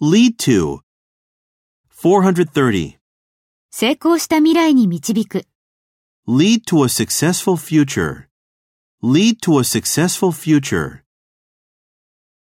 Lead to. 430. 成功した未来に導く。 Lead to a successful future. Lead to a successful future.